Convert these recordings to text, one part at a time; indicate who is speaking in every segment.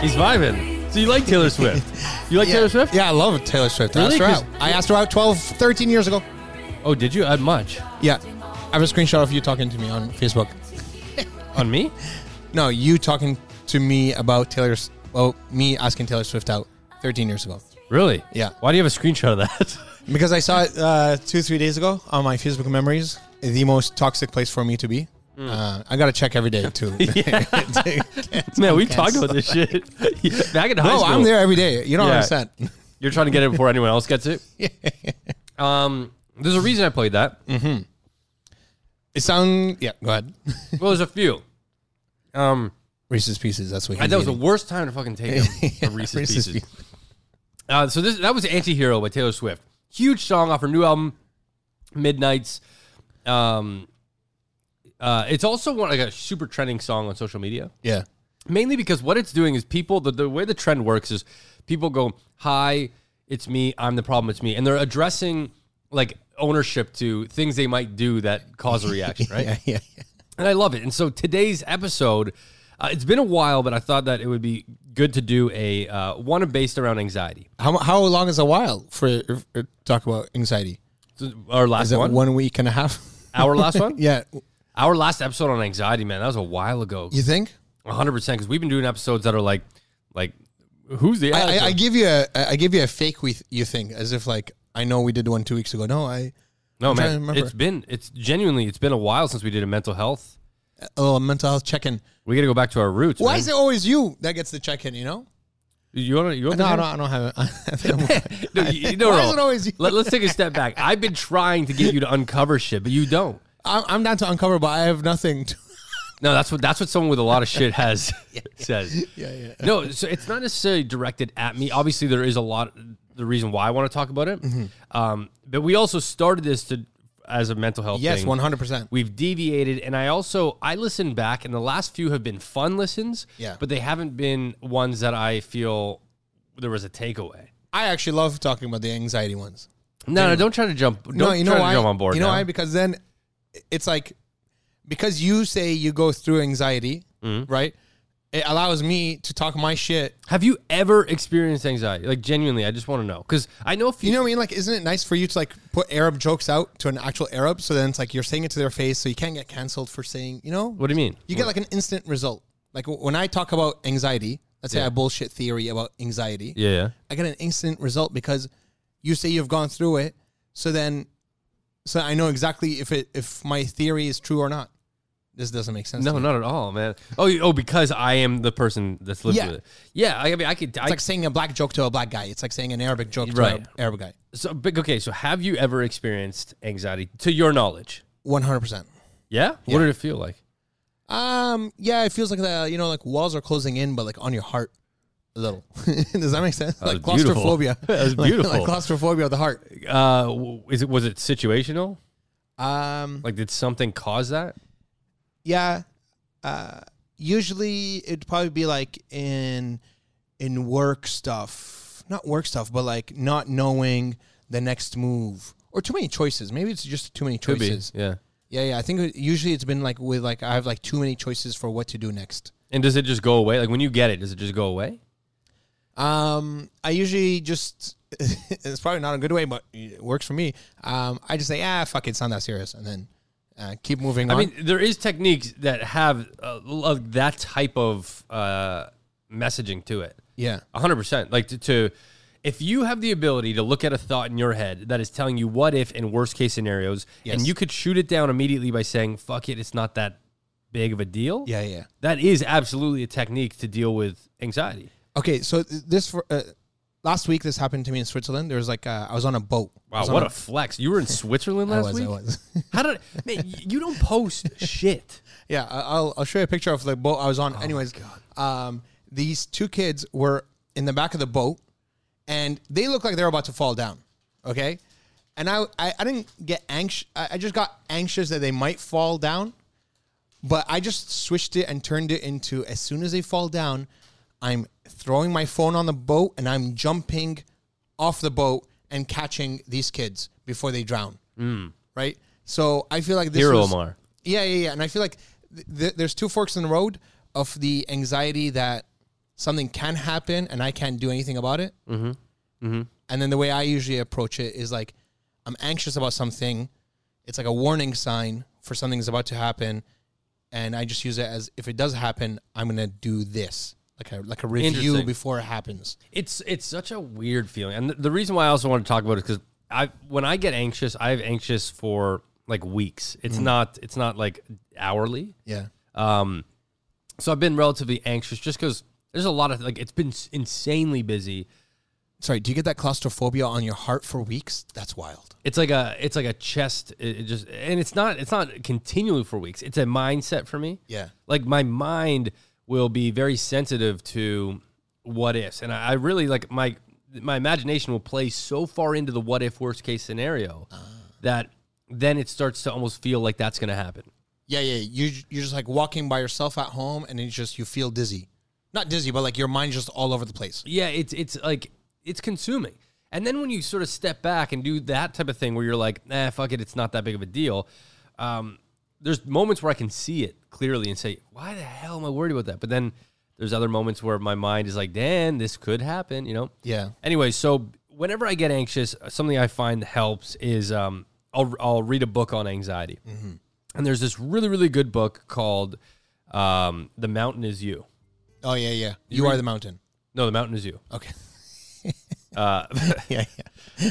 Speaker 1: He's vibing. So you like Taylor Swift? You like
Speaker 2: yeah.
Speaker 1: Taylor Swift?
Speaker 2: Yeah, I love Taylor Swift.
Speaker 1: Really?
Speaker 2: I
Speaker 1: 'Cause-
Speaker 2: asked her out. I asked her out 12, 13 years ago.
Speaker 1: Oh, did you? I'd much.
Speaker 2: Yeah. I have a screenshot of you talking to me on Facebook.
Speaker 1: On me?
Speaker 2: No, you talking to me about Taylor, well, me asking Taylor Swift out 13 years ago.
Speaker 1: Really?
Speaker 2: Yeah.
Speaker 1: Why do you have a screenshot of that?
Speaker 2: Because I saw it uh, two, three days ago on my Facebook memories. The most toxic place for me to be. Uh, I got to check every day too.
Speaker 1: Man, we talked about this shit back in high
Speaker 2: no,
Speaker 1: school.
Speaker 2: I'm there every day. You don't
Speaker 1: Yeah.
Speaker 2: understand.
Speaker 1: You're trying to get it before anyone else gets it. Um, there's a reason I played that.
Speaker 2: It sound yeah. Go ahead.
Speaker 1: Well, there's a few. Um,
Speaker 2: Reese's Pieces. That's what
Speaker 1: I,
Speaker 2: he
Speaker 1: that was the
Speaker 2: needed.
Speaker 1: worst time to fucking take them. the Reese's
Speaker 2: Reese's
Speaker 1: Pieces. Uh, so this that was "Antihero" by Taylor Swift. Huge song off her new album, Midnight's. Um, uh, it's also one like a super trending song on social media.
Speaker 2: yeah.
Speaker 1: mainly because what it's doing is people the, the way the trend works is people go hi it's me i'm the problem it's me and they're addressing like ownership to things they might do that cause a reaction right
Speaker 2: Yeah, yeah, yeah.
Speaker 1: and i love it and so today's episode uh, it's been a while but i thought that it would be good to do a uh, one based around anxiety
Speaker 2: How how long is a while for uh, talk about anxiety?
Speaker 1: So our last
Speaker 2: Is it
Speaker 1: one
Speaker 2: one? week and a half?
Speaker 1: our last one
Speaker 2: yeah.
Speaker 1: our last episode on anxiety man that was a while ago
Speaker 2: You think?
Speaker 1: 100% because we've been doing episodes that are like like who's the
Speaker 2: I, I, I
Speaker 1: asshole?
Speaker 2: give you a I give you a fake we you think as if like I know we did one two weeks ago. No, I
Speaker 1: No,
Speaker 2: I'm trying
Speaker 1: man,
Speaker 2: to remember.
Speaker 1: it's been it's genuinely it's been a while since we did a mental health.
Speaker 2: a little oh, mental health check in.
Speaker 1: We got to go back to our roots.
Speaker 2: Why
Speaker 1: man.
Speaker 2: is it always you that gets the check in? You know?
Speaker 1: You want to? You want
Speaker 2: No, no, I don't have it.
Speaker 1: No, you, you know,
Speaker 2: Why
Speaker 1: no.
Speaker 2: is it always you?
Speaker 1: Let, us take a step back. I've been trying to get you to uncover shit, but you don't.
Speaker 2: I'm, I'm down to uncover, but I have nothing. To,
Speaker 1: No, that's what that's what someone with a lot of shit has says.
Speaker 2: yeah, yeah.
Speaker 1: No, so it's not necessarily directed at me. Obviously, there is a lot. The reason why I want to talk about it,
Speaker 2: Mm-hmm.
Speaker 1: um, but we also started this to as a mental health.
Speaker 2: Yes,
Speaker 1: thing.
Speaker 2: one hundred percent.
Speaker 1: we've deviated and i also i listen back and the last few have been fun listens
Speaker 2: Yeah.
Speaker 1: but they haven't been ones that i feel there was a takeaway
Speaker 2: I actually love talking about the anxiety ones.
Speaker 1: no no don't try to jump don't
Speaker 2: no, you know
Speaker 1: try
Speaker 2: why?
Speaker 1: to jump on board
Speaker 2: you know
Speaker 1: now.
Speaker 2: why? Because then it's like because you say you go through anxiety,
Speaker 1: Mm-hmm.
Speaker 2: right? It allows me to talk my shit.
Speaker 1: have you ever experienced anxiety like genuinely i just want to know because i know if
Speaker 2: You know what I mean? Like, isn't it nice for you to like put Arab jokes out to an actual Arab? So then it's like you're saying it to their face, so you can't get canceled for saying, you know,
Speaker 1: what do you mean
Speaker 2: you get like an instant result. Like w- when I talk about anxiety, let's say I bullshit theory about anxiety.
Speaker 1: yeah yeah
Speaker 2: I get an instant result because you say you've gone through it. So then, so I know exactly if it if my theory is true or not. This doesn't make sense.
Speaker 1: no,
Speaker 2: to me.
Speaker 1: not at all, man. Oh, you, oh, because I am the person that's lived
Speaker 2: Yeah.
Speaker 1: with it. Yeah, I, I mean, I could. I,
Speaker 2: It's like saying a black joke to a black guy. It's like saying an Arabic joke
Speaker 1: Right.
Speaker 2: to an Arab guy.
Speaker 1: so, but, okay, so have you ever experienced anxiety, to your knowledge?
Speaker 2: One hundred percent.
Speaker 1: Yeah. What did it feel like?
Speaker 2: Um. Yeah, it feels like the you know like walls are closing in, but like on your heart, a little. Does that make sense? like
Speaker 1: was beautiful.
Speaker 2: claustrophobia.
Speaker 1: That was
Speaker 2: Like- Like,
Speaker 1: beautiful.
Speaker 2: claustrophobia of the heart.
Speaker 1: Uh, w- is it was it situational?
Speaker 2: Um.
Speaker 1: Like, did something cause that?
Speaker 2: yeah uh usually it'd probably be like in in work stuff not work stuff but like not knowing the next move or too many choices maybe it's just too many
Speaker 1: Could be.
Speaker 2: choices
Speaker 1: Yeah.
Speaker 2: yeah yeah i think it- usually it's been like with like i have like too many choices for what to do next
Speaker 1: And does it just go away? Like when you get it, does it just go away?
Speaker 2: um i usually just it's probably not a good way but it works for me um i just say ah fuck it, it's not that serious and then uh, keep moving
Speaker 1: I
Speaker 2: on
Speaker 1: mean, there is techniques that have uh, l- that type of uh, messaging to it.
Speaker 2: yeah
Speaker 1: A hundred percent. Like to, to, if you have the ability to look at a thought in your head that is telling you what if and worst case scenarios, and
Speaker 2: Yes.
Speaker 1: you could shoot it down immediately by saying "fuck it," it's not that big of a deal.
Speaker 2: yeah yeah
Speaker 1: That is absolutely a technique to deal with anxiety.
Speaker 2: Okay, so th- this for uh, last week this happened to me in Switzerland. There was like uh, I was on a boat. I
Speaker 1: Wow,
Speaker 2: was on
Speaker 1: what a flex! You were in Switzerland
Speaker 2: I
Speaker 1: last
Speaker 2: was,
Speaker 1: week.
Speaker 2: I was.
Speaker 1: How did man? y- You don't post shit.
Speaker 2: yeah, I- I'll I'll show you a picture of the boat I was on. Anyways, um, these two kids were in the back of the boat, and they looked like they're about to fall down. Okay, and I I, I didn't get anxious. I, I just got anxious that they might fall down, but I just switched it and turned it into as soon as they fall down, I'm throwing my phone on the boat and I'm jumping off the boat and catching these kids before they drown. Right. So I feel like this
Speaker 1: Hero
Speaker 2: was-
Speaker 1: Omar.
Speaker 2: yeah, yeah, yeah. And I feel like th- th- there's two forks in the road of the anxiety that something can happen and I can't do anything about it. Mm-hmm. Mm-hmm. And then the way I usually approach it is like, I'm anxious about something. It's like a warning sign for something's about to happen, and I just use it as if it does happen, I'm gonna do this, like a like a review
Speaker 1: Interesting.
Speaker 2: before it happens.
Speaker 1: It's it's such a weird feeling, and the, the reason why I also want to talk about it because I when I get anxious, I have anxious for like weeks. It's not it's not like hourly.
Speaker 2: Yeah,
Speaker 1: Um, so I've been relatively anxious just because there's a lot of like it's been s- insanely busy.
Speaker 2: sorry. Do you get that claustrophobia on your heart for weeks? That's wild.
Speaker 1: It's like a it's like a chest. It, it just and it's not it's not continually for weeks. It's a mindset for me.
Speaker 2: Yeah.
Speaker 1: like my mind will be very sensitive to what ifs, and I, I really like my my imagination will play so far into the what if worst case scenario that then it starts to almost feel like that's going to happen.
Speaker 2: Yeah, yeah. You you're just like walking by yourself at home, and it's just you feel dizzy, not dizzy, but like your mind's just all over the place.
Speaker 1: Yeah, it's it's like it's consuming. And then when you sort of step back and do that type of thing where you're like, nah, fuck it, it's not that big of a deal. Um, there's moments where I can see it clearly and say, why the hell am I worried about that? But then there's other moments where my mind is like, Dan, this could happen, you know?
Speaker 2: Yeah.
Speaker 1: Anyway, so whenever I get anxious, uh, something I find helps is um, I'll, I'll read a book on anxiety. And there's this really, really good book called um, The Mountain Is You.
Speaker 2: Oh yeah, yeah. You are the mountain.
Speaker 1: No, The Mountain Is You.
Speaker 2: Okay.
Speaker 1: Uh,
Speaker 2: yeah, yeah.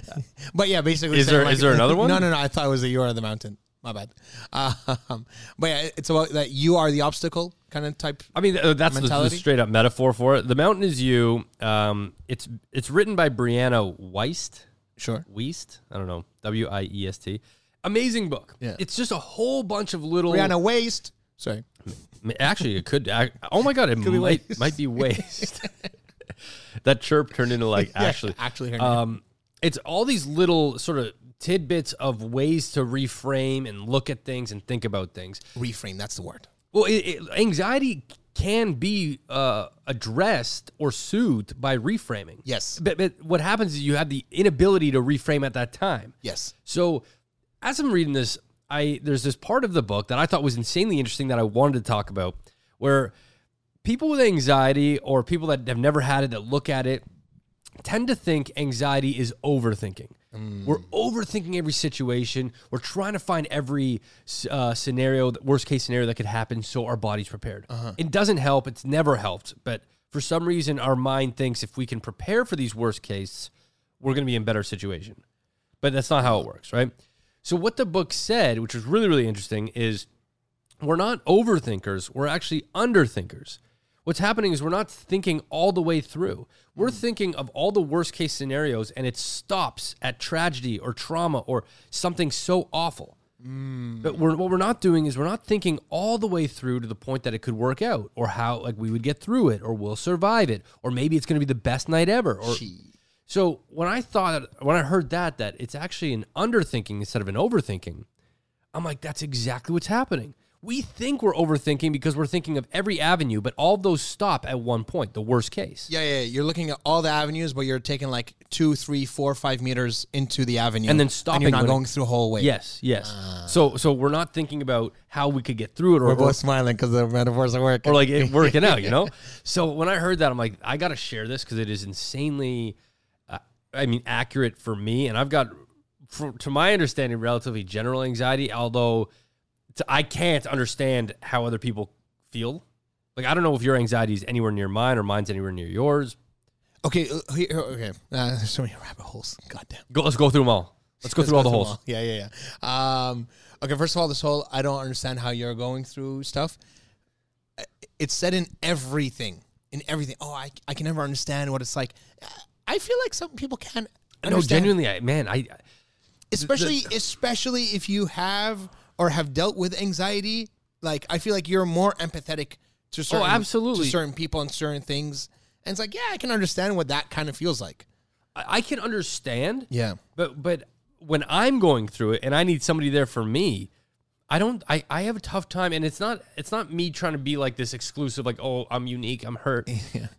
Speaker 2: but yeah, basically,
Speaker 1: Is
Speaker 2: saying,
Speaker 1: there- is there another one?
Speaker 2: No, no, no. I thought it was that you are the mountain. My bad. Um, but yeah, it's about that you are the obstacle kind of type.
Speaker 1: I mean, uh, that's the, the
Speaker 2: Mentality?
Speaker 1: straight up metaphor for it. The Mountain Is You. Um, it's it's written by Brianna Weist.
Speaker 2: Sure.
Speaker 1: Weist? I don't know. W I E S T. Amazing book.
Speaker 2: Yeah.
Speaker 1: It's just a whole bunch of little.
Speaker 2: Brianna Waste. Sorry.
Speaker 1: I mean, Actually, it could. I, oh my God, it
Speaker 2: be
Speaker 1: might,
Speaker 2: waste.
Speaker 1: might be waste. that chirp turned into like actually.
Speaker 2: actually, her name.
Speaker 1: Um, it's all these little sort of tidbits of ways to reframe and look at things and think about things.
Speaker 2: reframe. That's the word.
Speaker 1: Well, it, it, anxiety can be uh, addressed or soothed by reframing.
Speaker 2: Yes.
Speaker 1: But, but what happens is you have the inability to reframe at that time.
Speaker 2: Yes.
Speaker 1: So, as I'm reading this, I there's this part of the book that I thought was insanely interesting that I wanted to talk about, where people with anxiety or people that have never had it that look at it tend to think anxiety is overthinking. We're overthinking every situation. We're trying to find every uh, scenario, the worst case scenario that could happen, so our body's prepared. It doesn't help. It's never helped. But for some reason, our mind thinks if we can prepare for these worst cases, we're going to be in better situation. But that's not how it works, right? So what the book said, which was really really interesting, is we're not overthinkers. We're actually underthinkers. What's happening is we're not thinking all the way through. We're thinking of all the worst case scenarios and it stops at tragedy or trauma or something so awful. But we're, what we're not doing is we're not thinking all the way through to the point that it could work out or how like we would get through it or we'll survive it or maybe it's going to be the best night ever or so when I thought when I heard that that it's actually an underthinking instead of an overthinking, I'm like, that's exactly what's happening. We think we're overthinking because we're thinking of every avenue, but all those stop at one point, the worst case.
Speaker 2: Yeah, yeah. You're looking at all the avenues, but you're taking like two, three, four, five meters into the avenue,
Speaker 1: And then
Speaker 2: you're
Speaker 1: stopping
Speaker 2: not
Speaker 1: when it-
Speaker 2: going through the whole way.
Speaker 1: Yes, yes. so so we're not thinking about how we could get through it or,
Speaker 2: We're
Speaker 1: or-
Speaker 2: both smiling because the metaphors are working.
Speaker 1: or like it working out, you know? So when I heard that, I'm like, I got to share this because it is insanely, uh, I mean, accurate for me. And I've got, for, to my understanding, relatively general anxiety, although t- I can't understand how other people feel. Like, I don't know if your anxiety is anywhere near mine or mine's anywhere near yours.
Speaker 2: okay, uh, here, okay. Uh, there's so many rabbit holes. Goddamn.
Speaker 1: Go, let's go through them all. Let's go through all the holes.
Speaker 2: Yeah, yeah, yeah. Um, okay, first of all, this whole I don't understand how you're going through stuff. I- It's said in everything, in everything. Oh, I, I can never understand what it's like. Uh, I feel like some people can.
Speaker 1: No,
Speaker 2: Understand,
Speaker 1: genuinely, I, man, I,
Speaker 2: especially especially if you have or have dealt with anxiety. Like I feel like you're more empathetic to certain
Speaker 1: Oh, absolutely.
Speaker 2: to certain people and certain things. And it's like, yeah, I can understand what that kind of feels like.
Speaker 1: I I can understand.
Speaker 2: Yeah.
Speaker 1: But but when I'm going through it and I need somebody there for me, I don't I, I have a tough time and it's not it's not me trying to be like this exclusive like oh I'm unique, I'm hurt.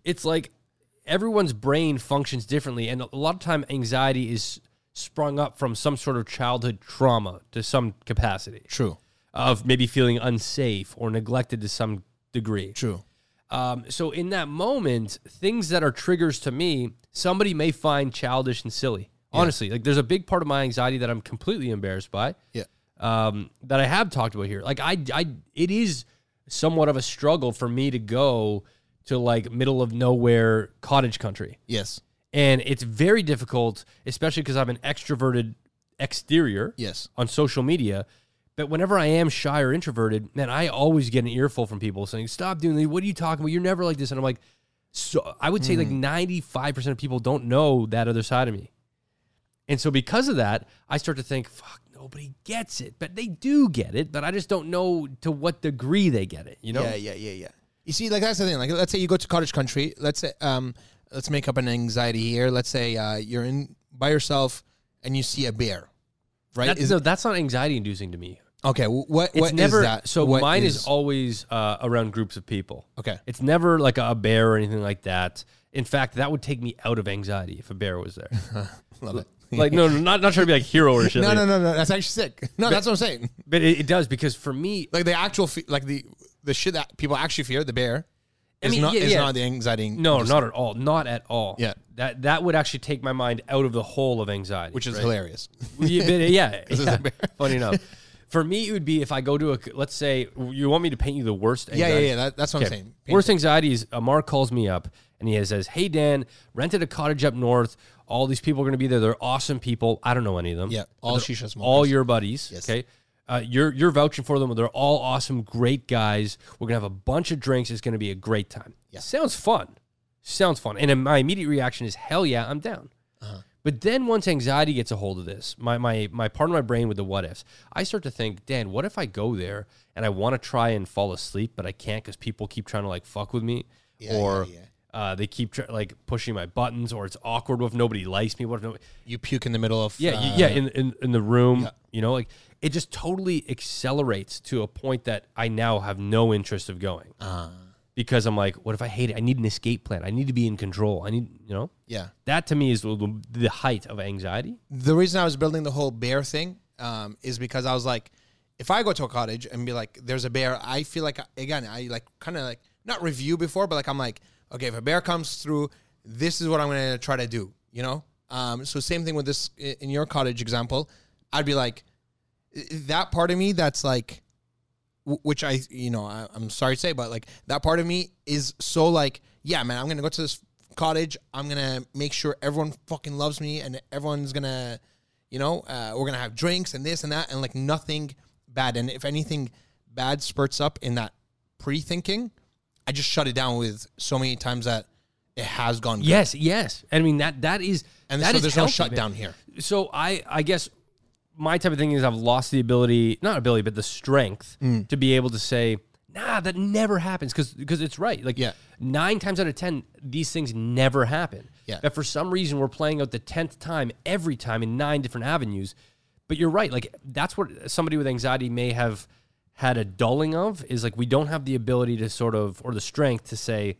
Speaker 1: It's like everyone's brain functions differently and a lot of time anxiety is sprung up from some sort of childhood trauma to some capacity
Speaker 2: True.
Speaker 1: of maybe feeling unsafe or neglected to some degree.
Speaker 2: True.
Speaker 1: Um, so in that moment, things that are triggers to me, somebody may find childish and silly. Honestly, like there's a big part of my anxiety that I'm completely embarrassed by
Speaker 2: Yeah.
Speaker 1: um, that I have talked about here. Like I, I, it is somewhat of a struggle for me to go to like middle of nowhere cottage country,
Speaker 2: Yes.
Speaker 1: and it's very difficult, especially because I'm an extroverted exterior
Speaker 2: Yes.
Speaker 1: on social media. But whenever I am shy or introverted, man, I always get an earful from people saying, "Stop doing that. What are you talking about? You're never like this." And I'm like, so I would say
Speaker 2: Hmm.
Speaker 1: like 95 percent of people don't know that other side of me. And so because of that, I start to think, fuck, nobody gets it. But they do get it, but I just don't know to what degree they get it, you know?
Speaker 2: Yeah, yeah, yeah, yeah. You see, like that's the thing. Like, let's say you go to cottage country. Let's say, um, let's make up an anxiety here. Let's say uh, you're in by yourself and you see a bear, right?
Speaker 1: That's,
Speaker 2: is
Speaker 1: no, that's not anxiety inducing to me.
Speaker 2: okay. wh- What
Speaker 1: It's
Speaker 2: what is
Speaker 1: never
Speaker 2: that?
Speaker 1: so
Speaker 2: What
Speaker 1: mine is, always uh, around groups of people.
Speaker 2: okay.
Speaker 1: It's never like a bear or anything like that. In fact, that would take me out of anxiety if a bear was there.
Speaker 2: Love it.
Speaker 1: like no, no, not not trying to be like hero or shit.
Speaker 2: No,
Speaker 1: like-
Speaker 2: no, no, no. That's actually sick. No, that's what I'm saying.
Speaker 1: But it, it does because for me,
Speaker 2: Like the actual, fe- like the the shit that people actually fear, the bear,
Speaker 1: I
Speaker 2: is
Speaker 1: mean,
Speaker 2: not
Speaker 1: yeah,
Speaker 2: is
Speaker 1: yeah.
Speaker 2: not the anxiety.
Speaker 1: no, not at all, not at all.
Speaker 2: Yeah.
Speaker 1: that that would actually take my mind out of the whole of anxiety,
Speaker 2: which is
Speaker 1: right?
Speaker 2: hilarious.
Speaker 1: yeah, but, yeah,
Speaker 2: is
Speaker 1: yeah.
Speaker 2: a bear.
Speaker 1: funny enough. For me, it would be if I go to a let's say you want me to paint you the worst.
Speaker 2: yeah,
Speaker 1: Anxiety.
Speaker 2: yeah, yeah. That, that's what
Speaker 1: Okay.
Speaker 2: I'm saying.
Speaker 1: Worst anxiety is Amar calls me up and he says, "Hey Dan, rented a cottage up north. All these people are going to be there. They're awesome people. I don't know any of them.
Speaker 2: Yeah, all shisha smokers.
Speaker 1: all your buddies. Okay." Uh, you're you're vouching for them. They're all awesome, great guys. We're gonna have a bunch of drinks. It's gonna be a great time.
Speaker 2: Yeah.
Speaker 1: Sounds fun. Sounds fun. And my immediate reaction is, hell yeah, I'm down.
Speaker 2: Uh-huh.
Speaker 1: But then once anxiety gets a hold of this, my my my part of my brain with the what ifs, I start to think, Dan, what if I go there and I want to try and fall asleep, but I can't because people keep trying to like fuck with me, or
Speaker 2: yeah,
Speaker 1: Uh, they keep try- like pushing my buttons, or it's awkward if nobody likes me. What if nobody?
Speaker 2: you puke in the middle of uh,
Speaker 1: Yeah, y- yeah, in, in in the room, you know, like it just totally accelerates to a point that I now have no interest of going
Speaker 2: uh,
Speaker 1: because I'm like, what if I hate it? I need an escape plan. I need to be in control. I need, you know,
Speaker 2: yeah.
Speaker 1: that to me is the, the height of anxiety.
Speaker 2: the reason I was building the whole bear thing um, is because I was like, if I go to a cottage and be like, there's a bear, I feel like again, I like kind of like not review before, but like I'm like, okay, if a bear comes through, this is what I'm gonna try to do, you know. Um, so same thing with this i- in your cottage example, I'd be like, i- i- that part of me that's like, wh- which I you know I, I'm sorry to say, but like that part of me is so like, yeah, man, I'm gonna go to this cottage. I'm gonna make sure everyone fucking loves me and everyone's gonna, you know, uh, we're gonna have drinks and this and that and like nothing bad. And if anything bad spurts up in that pre-thinking, I just shut it down with so many times that it has gone. good.
Speaker 1: Yes, yes. I mean that that is
Speaker 2: and
Speaker 1: that
Speaker 2: so
Speaker 1: is
Speaker 2: there's no
Speaker 1: healthy, man.
Speaker 2: shutdown here.
Speaker 1: So I I guess my type of thing is I've lost the ability, not ability, but the strength
Speaker 2: Mm.
Speaker 1: to be able to say, nah, that never happens because it's right. Like
Speaker 2: Yeah.
Speaker 1: nine times out of ten, these things never happen.
Speaker 2: Yeah.
Speaker 1: But for some reason, we're playing out the tenth time every time in nine different avenues. But you're right. Like that's what somebody with anxiety may have had a dulling of is like we don't have the ability to sort of or the strength to say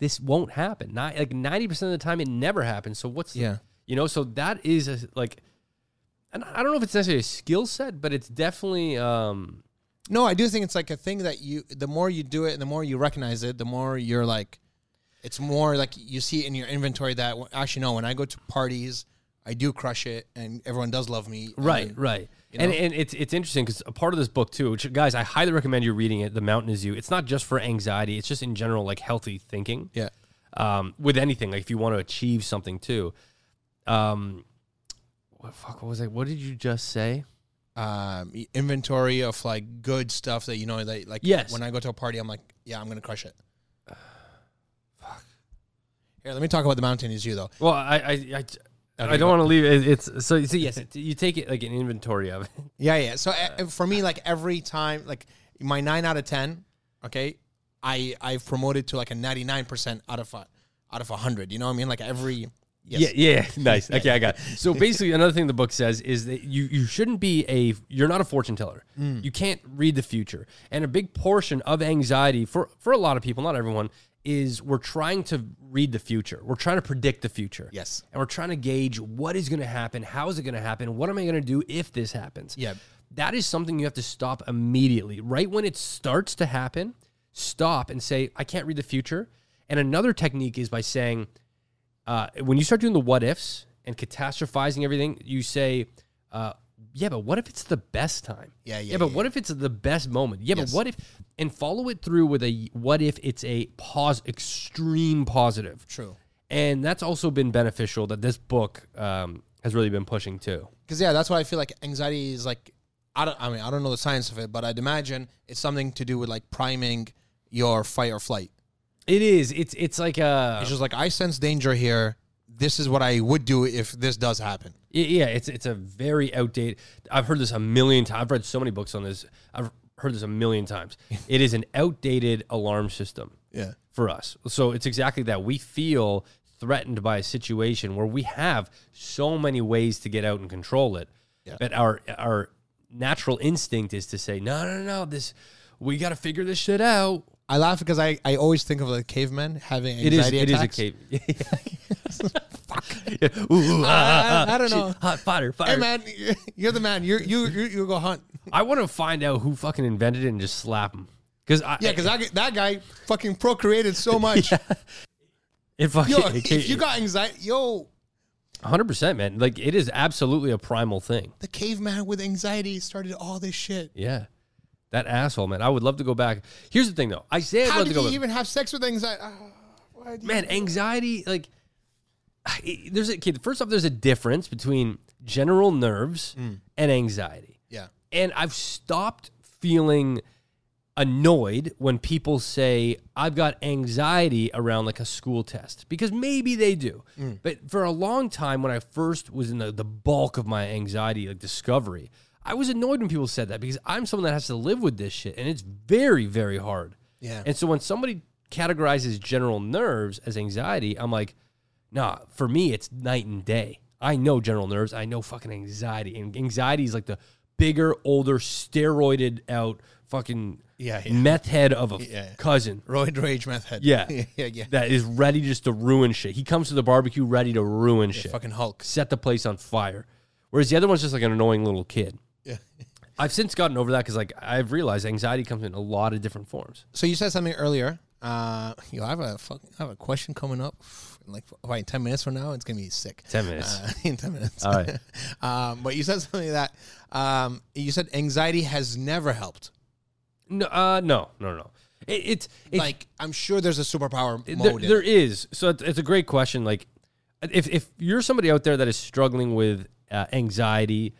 Speaker 1: this won't happen. Not like ninety percent of the time, it never happens. So what's the-
Speaker 2: Yeah.
Speaker 1: you know? So that is a, like, and I don't know if it's necessarily a skill set, but it's definitely um
Speaker 2: No, I do think it's like a thing that you the more you do it and the more you recognize it, the more you're like it's more like you see it in your inventory that w- actually no, when I go to parties, I do crush it and everyone does love me. and
Speaker 1: right,
Speaker 2: then-
Speaker 1: uh, right. And and it's it's interesting because a part of this book too, which guys I highly recommend you reading it. The Mountain is You. It's not just for anxiety; it's just in general like healthy thinking.
Speaker 2: Yeah.
Speaker 1: um, with anything. Like if you want to achieve something too. Um, what fuck? What was I? What did you just say?
Speaker 2: Um, y- inventory of like good stuff that you know that like
Speaker 1: Yes.
Speaker 2: when I go to a party, I'm like, yeah, I'm gonna crush it. Here, let me talk about the mountain is you though.
Speaker 1: Well, I I I, I
Speaker 2: you
Speaker 1: don't want to leave. It, it's so so yes. It, you take it like an inventory of it.
Speaker 2: Yeah, yeah. So uh, for me, like every time, like my nine out of ten, okay, I I've promoted to like a ninety nine percent out of a, out of a hundred. You know what I mean? Like every
Speaker 1: Yeah,
Speaker 2: yes.
Speaker 1: yeah, nice. Okay, I got. It. So basically, another thing the book says is that you you shouldn't be a you're not a fortune teller.
Speaker 2: Mm.
Speaker 1: You can't read the future, and a big portion of anxiety for for a lot of people, not everyone, is we're trying to read the future. We're trying to predict the future.
Speaker 2: Yes.
Speaker 1: and we're trying to gauge what is going to happen, how is it going to happen, what am I going to do if this happens.
Speaker 2: Yeah.
Speaker 1: that is something you have to stop immediately, right when it starts to happen. stop and say, I can't read the future. And another technique is by saying, uh, when you start doing the what ifs and catastrophizing everything, you say, uh, yeah, but what if it's the best time?
Speaker 2: Yeah, yeah,
Speaker 1: Yeah, but
Speaker 2: yeah,
Speaker 1: what if it's the best moment? Yeah,
Speaker 2: Yes.
Speaker 1: but what if, and follow it through with a what if it's a pause, extreme positive.
Speaker 2: True.
Speaker 1: And that's also been beneficial that this book um, has really been pushing too.
Speaker 2: Because yeah, that's why I feel like anxiety is like I don't. I mean, I don't know the science of it, but I'd imagine it's something to do with like priming your fight or flight.
Speaker 1: It is. It's it's like a
Speaker 2: It's just like I sense danger here. This is what I would do if this does happen.
Speaker 1: Y- Yeah, it's it's a very outdated. I've heard this a million times. I've read so many books on this. I've heard this a million times. it is an outdated alarm system
Speaker 2: Yeah.
Speaker 1: for us. So it's exactly that. We feel threatened by a situation where we have so many ways to get out and control it.
Speaker 2: Yeah.
Speaker 1: But our our natural instinct is to say, no, no, no, this we got to figure this shit out.
Speaker 2: I laugh because I, I always think of like cavemen having
Speaker 1: It is
Speaker 2: anxiety
Speaker 1: it is a
Speaker 2: attacks.
Speaker 1: cave. Fuck. Ooh, ah,
Speaker 2: I- I don't
Speaker 1: shit.
Speaker 2: know.
Speaker 1: Hot fire, fire.
Speaker 2: Hey man, you're the man. You you you you go hunt.
Speaker 1: I want to find out who fucking invented it and just slap him. Because I,
Speaker 2: Yeah, because that, that guy fucking procreated so much.
Speaker 1: it fucking,
Speaker 2: Yo,
Speaker 1: it,
Speaker 2: if you got anxiety, yo,
Speaker 1: 100%, man. Like, it is absolutely a primal thing.
Speaker 2: the caveman with anxiety started all this shit.
Speaker 1: Yeah. That asshole, man. I would love to go back. Here's the thing, though. I say I'd
Speaker 2: How
Speaker 1: love to
Speaker 2: did
Speaker 1: go
Speaker 2: you
Speaker 1: back.
Speaker 2: even have sex with anxiety? Ah, why do you-
Speaker 1: man, anxiety, like, it- there's a, okay, first off, there's a difference between general nerves
Speaker 2: Mm.
Speaker 1: and anxiety.
Speaker 2: yeah,
Speaker 1: And I've stopped feeling annoyed when people say I've got anxiety around like a school test because maybe they do. But for a long time when I first was in the, the bulk of my anxiety like discovery, I was annoyed when people said that because I'm someone that has to live with this shit and it's very very hard.
Speaker 2: Yeah.
Speaker 1: And so when somebody categorizes general nerves as anxiety, I'm like, nah, for me it's night and day. I know general nerves, I know fucking anxiety. And anxiety is like the bigger, older, steroided out fucking
Speaker 2: Yeah, yeah.
Speaker 1: meth head of a
Speaker 2: Yeah.
Speaker 1: cousin.
Speaker 2: roid rage meth head.
Speaker 1: Yeah.
Speaker 2: yeah, yeah, yeah.
Speaker 1: That is ready just to ruin shit. He comes to the barbecue ready to ruin shit.
Speaker 2: Fucking Hulk.
Speaker 1: Set the place on fire. Whereas the other one's just like an annoying little kid.
Speaker 2: Yeah.
Speaker 1: I've since gotten over that because like I've realized anxiety comes in a lot of different forms.
Speaker 2: So you said something earlier. Uh, yo, I have a fucking, I have a question coming up. In like probably ten minutes from now, it's gonna be sick.
Speaker 1: Ten minutes.
Speaker 2: Uh, in ten minutes.
Speaker 1: All right.
Speaker 2: um, but you said something that um, you said anxiety has never helped.
Speaker 1: No, uh, no, no, no. It, it's it's
Speaker 2: like I'm sure there's a superpower
Speaker 1: There-
Speaker 2: mode. in
Speaker 1: there
Speaker 2: it.
Speaker 1: is. So it's, it's a great question. Like, if if you're somebody out there that is struggling with uh, anxiety,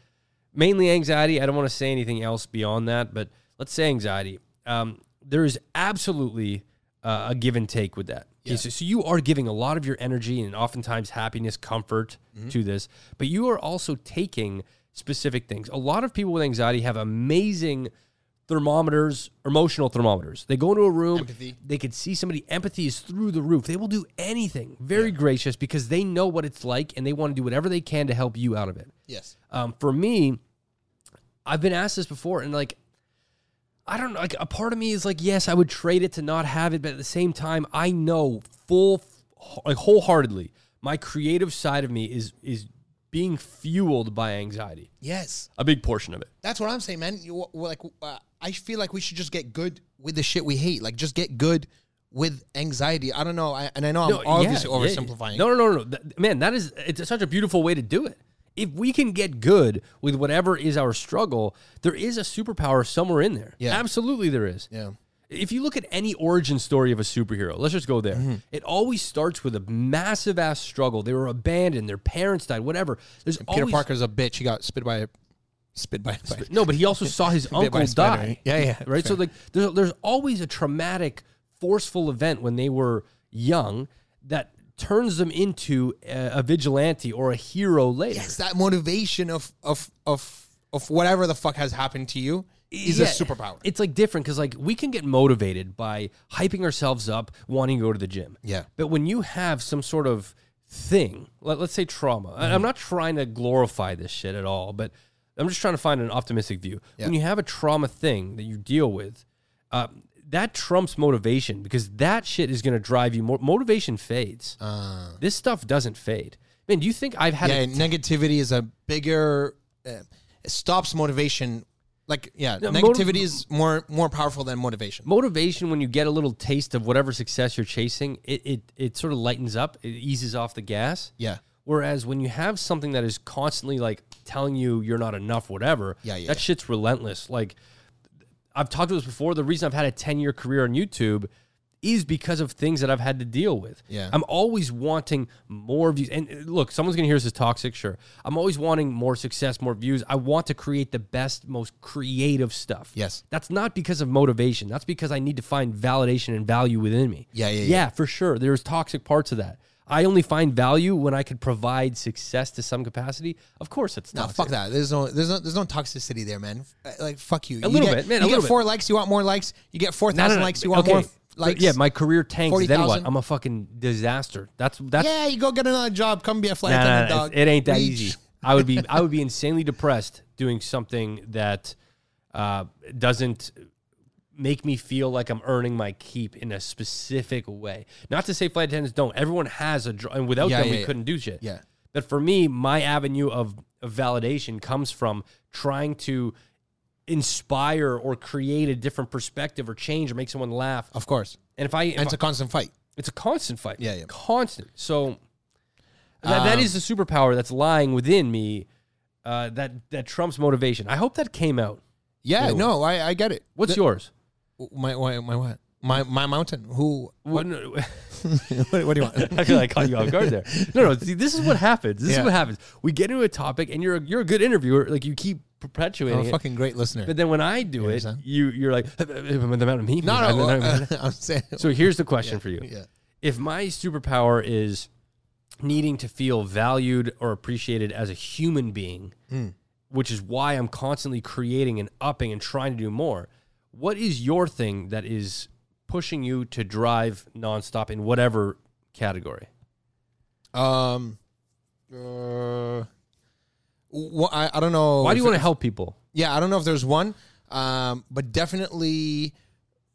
Speaker 1: mainly anxiety, I don't want to say anything else beyond that, but let's say anxiety. Um, there is absolutely uh, a give and take with that. Okay, So, so you are giving a lot of your energy and oftentimes happiness, comfort to this, but you are also taking specific things. A lot of people with anxiety have amazing thermometers, emotional thermometers. They go into a room,
Speaker 2: Empathy.
Speaker 1: they could see somebody empathy is through the roof. They will do anything, very gracious because they know what it's like and they want to do whatever they can to help you out of it.
Speaker 2: Yes.
Speaker 1: Um, for me, I've been asked this before, and like, I don't know. Like, a part of me is like, yes, I would trade it to not have it, but at the same time, I know full, like, wholeheartedly, my creative side of me is is being fueled by anxiety,
Speaker 2: Yes.
Speaker 1: a big portion of it.
Speaker 2: That's what I'm saying, man. You, w- like uh, I feel like we should just get good with the shit we hate. Like just get good with anxiety. I don't know. I, and I know I'm obviously
Speaker 1: yeah, yeah.
Speaker 2: oversimplifying.
Speaker 1: No, no, no, no, Th- man. That is it's such a beautiful way to do it. If we can get good with whatever is our struggle, there is a superpower somewhere in there.
Speaker 2: Yeah.
Speaker 1: absolutely, there is.
Speaker 2: Yeah.
Speaker 1: If you look at any origin story of a superhero, let's just go there.
Speaker 2: Mm-hmm.
Speaker 1: It always starts with a massive ass struggle. They were abandoned. Their parents died. Whatever. There's
Speaker 2: Peter
Speaker 1: always,
Speaker 2: Parker's a bitch. He got spit by a spit by. by
Speaker 1: No, but he also saw his
Speaker 2: bit by
Speaker 1: uncle
Speaker 2: a spider.
Speaker 1: die.
Speaker 2: Yeah, yeah,
Speaker 1: Right. So
Speaker 2: fair.
Speaker 1: like, there's there's always a traumatic, forceful event when they were young that turns them into a, a vigilante or a hero later.
Speaker 2: it's that motivation of of of of whatever the fuck has happened to you is a
Speaker 1: Yeah.
Speaker 2: superpower.
Speaker 1: It's like different because like we can get motivated by hyping ourselves up, wanting to go to the gym.
Speaker 2: Yeah.
Speaker 1: But when you have some sort of thing, let, let's say trauma, I-
Speaker 2: Mm-hmm.
Speaker 1: I'm not trying to glorify this shit at all, but I'm just trying to find an optimistic view. When you have a trauma thing that you deal with, uh, that trumps motivation because that shit is going to drive you more. Motivation fades.
Speaker 2: Uh.
Speaker 1: this stuff doesn't fade. Man, do you think I've had a
Speaker 2: yeah, negativity is a bigger uh, it stops eh, motivation Like, yeah,
Speaker 1: Yeah, motiv-
Speaker 2: negativity is more more powerful than motivation.
Speaker 1: motivation when you get a little taste of whatever success you're chasing it it, it sort of lightens up it eases off the gas
Speaker 2: Yeah.
Speaker 1: whereas when you have something that is constantly like telling you you're not enough whatever
Speaker 2: Yeah, yeah,
Speaker 1: that
Speaker 2: yeah.
Speaker 1: shit's relentless like i've talked about this before the reason i've had a 10 year career on youtube is because of things that i've had to deal with
Speaker 2: Yeah.
Speaker 1: i'm always wanting more views and uh, look someone's gonna hear this as toxic sure i'm always wanting more success more views i want to create the best most creative stuff
Speaker 2: Yes.
Speaker 1: that's not because of motivation. That's because I need to find validation and value within me.
Speaker 2: Yeah, yeah, yeah.
Speaker 1: for sure. There's toxic parts of that. I only find value when I could provide success to some capacity. Of course, it's
Speaker 2: No,
Speaker 1: not.
Speaker 2: fuck that. There's no, there's no, there's no toxicity there, man. Uh, Like, fuck you. A you
Speaker 1: little
Speaker 2: get,
Speaker 1: bit, man, a
Speaker 2: You
Speaker 1: little
Speaker 2: get
Speaker 1: bit.
Speaker 2: four likes, you want more likes. You get four thousand likes, you want more f- likes.
Speaker 1: Yeah, my career tanks. then what?
Speaker 2: 40,000.
Speaker 1: I'm a fucking disaster. That's that's
Speaker 2: yeah, you go get another job. Come be a flight
Speaker 1: nah, nah,
Speaker 2: attendant,
Speaker 1: nah,
Speaker 2: dog.
Speaker 1: it's- it ain't that
Speaker 2: Reach.
Speaker 1: easy. I would be I would be insanely depressed doing something that uh, doesn't make me feel like I'm earning my keep in a specific way. Not to say flight attendants don't. Everyone has a dr- and without
Speaker 2: Yeah,
Speaker 1: them
Speaker 2: yeah,
Speaker 1: we
Speaker 2: yeah.
Speaker 1: couldn't do shit.
Speaker 2: Yeah.
Speaker 1: But for me, my avenue of, of validation comes from trying to inspire or create a different perspective or change or make someone laugh.
Speaker 2: Of course,
Speaker 1: And if I if
Speaker 2: and it's a constant fight.
Speaker 1: it's a constant fight.
Speaker 2: Yeah, Um, yeah.
Speaker 1: Constant. So that, that is the superpower that's lying within me. Uh, that that trumps motivation. I hope that came out.
Speaker 2: Yeah, no, I, I get it.
Speaker 1: What's yours?
Speaker 2: My, my, my what? My, my mountain. Who?
Speaker 1: What, no,
Speaker 2: What, what do you want?
Speaker 1: I feel like I caught you off guard there. No, no. See, this is what happens. This
Speaker 2: Yeah.
Speaker 1: is what happens. We get into a topic, and you're a, you're a good interviewer. Like you keep perpetuating
Speaker 2: I'm a
Speaker 1: it.
Speaker 2: fucking great listener.
Speaker 1: But then when I do it,
Speaker 2: Oh, understand?
Speaker 1: you you're like me.
Speaker 2: No, no, uh, I'm saying.
Speaker 1: So here's the question for you.
Speaker 2: yeah.
Speaker 1: If my superpower is needing to feel valued or appreciated as a human being,
Speaker 2: Hmm.
Speaker 1: which is why I'm constantly creating and upping and trying to do more, what is your thing that is pushing you to drive nonstop in whatever category?
Speaker 2: Um. Uh, wh- I, I don't know.
Speaker 1: Why do
Speaker 2: if
Speaker 1: you
Speaker 2: it-
Speaker 1: want to help people?
Speaker 2: Yeah, I don't know if there's one, um, but definitely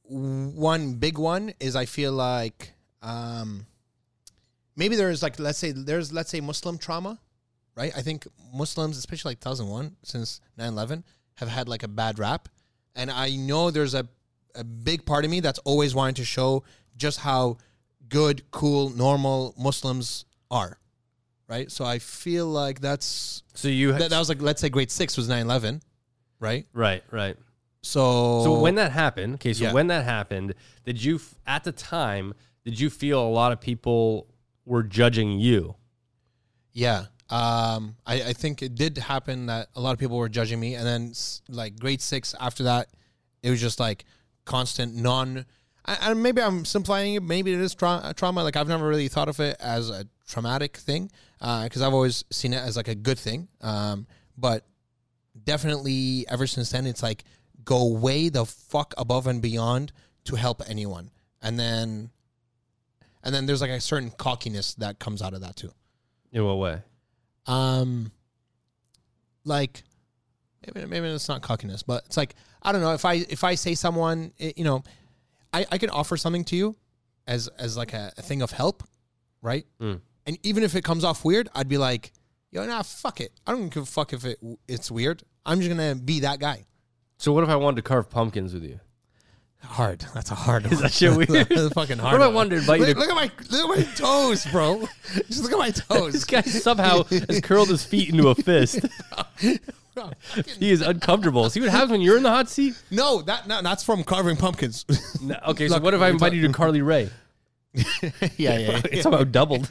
Speaker 2: one big one is I feel like um, maybe there's like let's say there's let's say Muslim trauma, right? I think Muslims, especially like 2001 since 9/11, have had like a bad rap, and I know there's a a big part of me that's always wanting to show just how good, cool, normal Muslims are, right? So I feel like that's
Speaker 1: So you
Speaker 2: that, that was like let's say grade six was 9-11 right
Speaker 1: right, right.
Speaker 2: so
Speaker 1: So when that happened, okay, so
Speaker 2: Yeah.
Speaker 1: when that happened, did you f- at the time did you feel a lot of people were judging you?
Speaker 2: yeah um I, I think it did happen that a lot of people were judging me and then s- like grade six after that it was just like constant non I, I, maybe i'm simplifying it maybe it is tra- trauma like i've never really thought of it as a traumatic thing because i've always seen it as like a good thing um but definitely ever since then it's like go way the fuck above and beyond to help anyone and then and then there's like a certain cockiness that comes out of that too
Speaker 1: In what way?
Speaker 2: um like maybe, maybe it's not cockiness but it's like i don't know if i if i say someone i- you know i i can offer something to you as as like a, a thing of help right
Speaker 1: Mm.
Speaker 2: and even if it comes off weird i'd be like yo nah fuck it i don't give a fuck if it it's weird i'm just gonna be that guy
Speaker 1: So what if I wanted to carve pumpkins with you?
Speaker 2: hard that's a hard
Speaker 1: Is that shit weird?
Speaker 2: That's a fucking hard
Speaker 1: What if I
Speaker 2: one.
Speaker 1: wanted to invite you
Speaker 2: look,
Speaker 1: to-
Speaker 2: look at my look at my toes bro just look at my
Speaker 1: This
Speaker 2: toes
Speaker 1: guy somehow has curled his feet into a fist. he is uncomfortable. See what happens when you're in the hot seat?
Speaker 2: no that no, that's from carving pumpkins
Speaker 1: No, okay, so
Speaker 2: Look,
Speaker 1: what if I
Speaker 2: we
Speaker 1: invite
Speaker 2: talk-
Speaker 1: you to Carly Ray?
Speaker 2: yeah, yeah,
Speaker 1: It's somehow doubled.